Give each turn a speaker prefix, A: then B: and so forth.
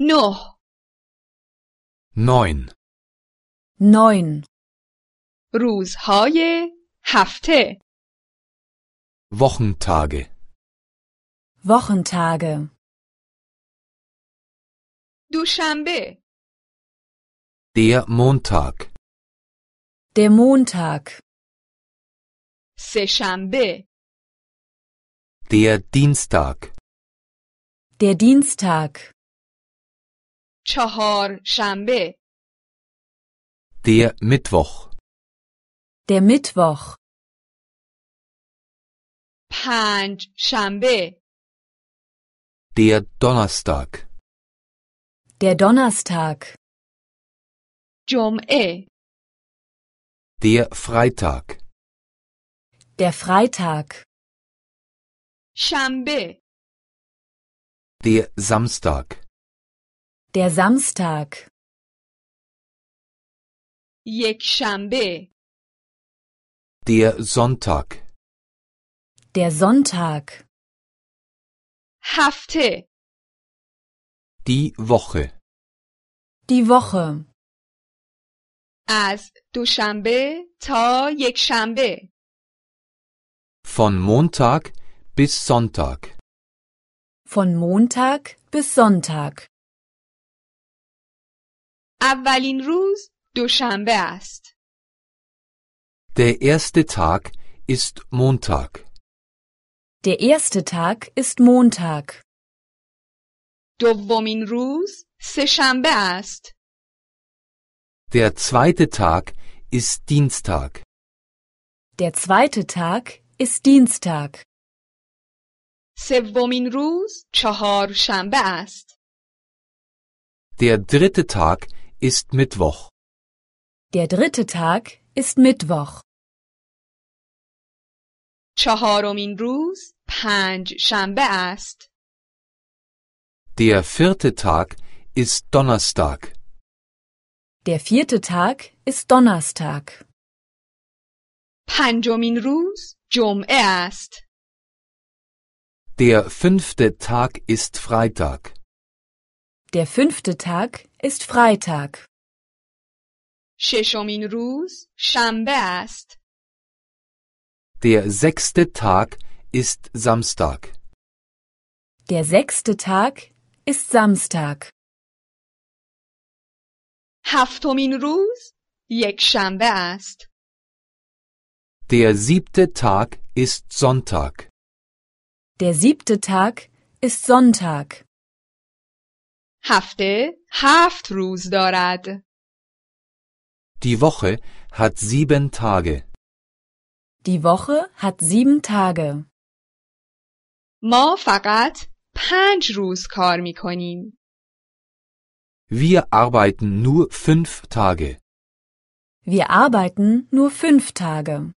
A: نه
B: neun,
C: neun,
A: روزهای هفته
B: Wochentage,
C: Wochentage,
A: دوشنبه
B: der Montag,
C: der Montag,
A: سهشنبه
B: der Dienstag,
C: der Dienstag,
A: چهارشنبه
B: der Mittwoch,
C: der Mittwoch,
A: پنج شنبه
B: der Donnerstag,
C: der Donnerstag,
A: جمعه
B: der Freitag,
C: der Freitag,
A: شنبه
B: der Samstag,
C: der Samstag,
A: یک شنبه
B: der Sonntag,
C: der Sonntag,
A: هفته
B: die Woche,
C: die Woche,
A: از دوشنبه تا یک شنبه
B: von Montag bis Sonntag,
C: von Montag bis Sonntag.
A: اولین روز دوشنبه است
B: der erste Tag ist Montag,
C: Der erste Tag ist Montag,
A: دومین روز سهشنبه است
B: der zweite Tag ist Dienstag,
C: der zweite Tag ist Dienstag,
A: سومین روز چهارشنبه است
B: der dritte Tag ist Mittwoch,
C: der dritte Tag ist Mittwoch,
A: چهارمین روز پنج شنبه است.
B: der vierte Tag ist Donnerstag,
C: der vierte Tag ist Donnerstag,
A: پنجمین روز جمعه است.
B: der fünfte Tag ist Freitag.
C: der fünfte Tag ist Freitag,
A: ششمین روز شنبه است.
B: Der sechste Tag ist Samstag.
C: der sechste Tag ist Samstag,
A: هفتمین روز یک شنبه است.
B: Der siebte Tag ist Sonntag.
C: der siebte Tag ist Sonntag.
A: هفته هفت روز دارد.
B: Die Woche hat sieben Tage.
C: Die Woche hat sieben Tage.
A: ما فقط پنج روز کار می کنیم.
B: Wir arbeiten nur fünf Tage.
C: Wir arbeiten nur fünf Tage.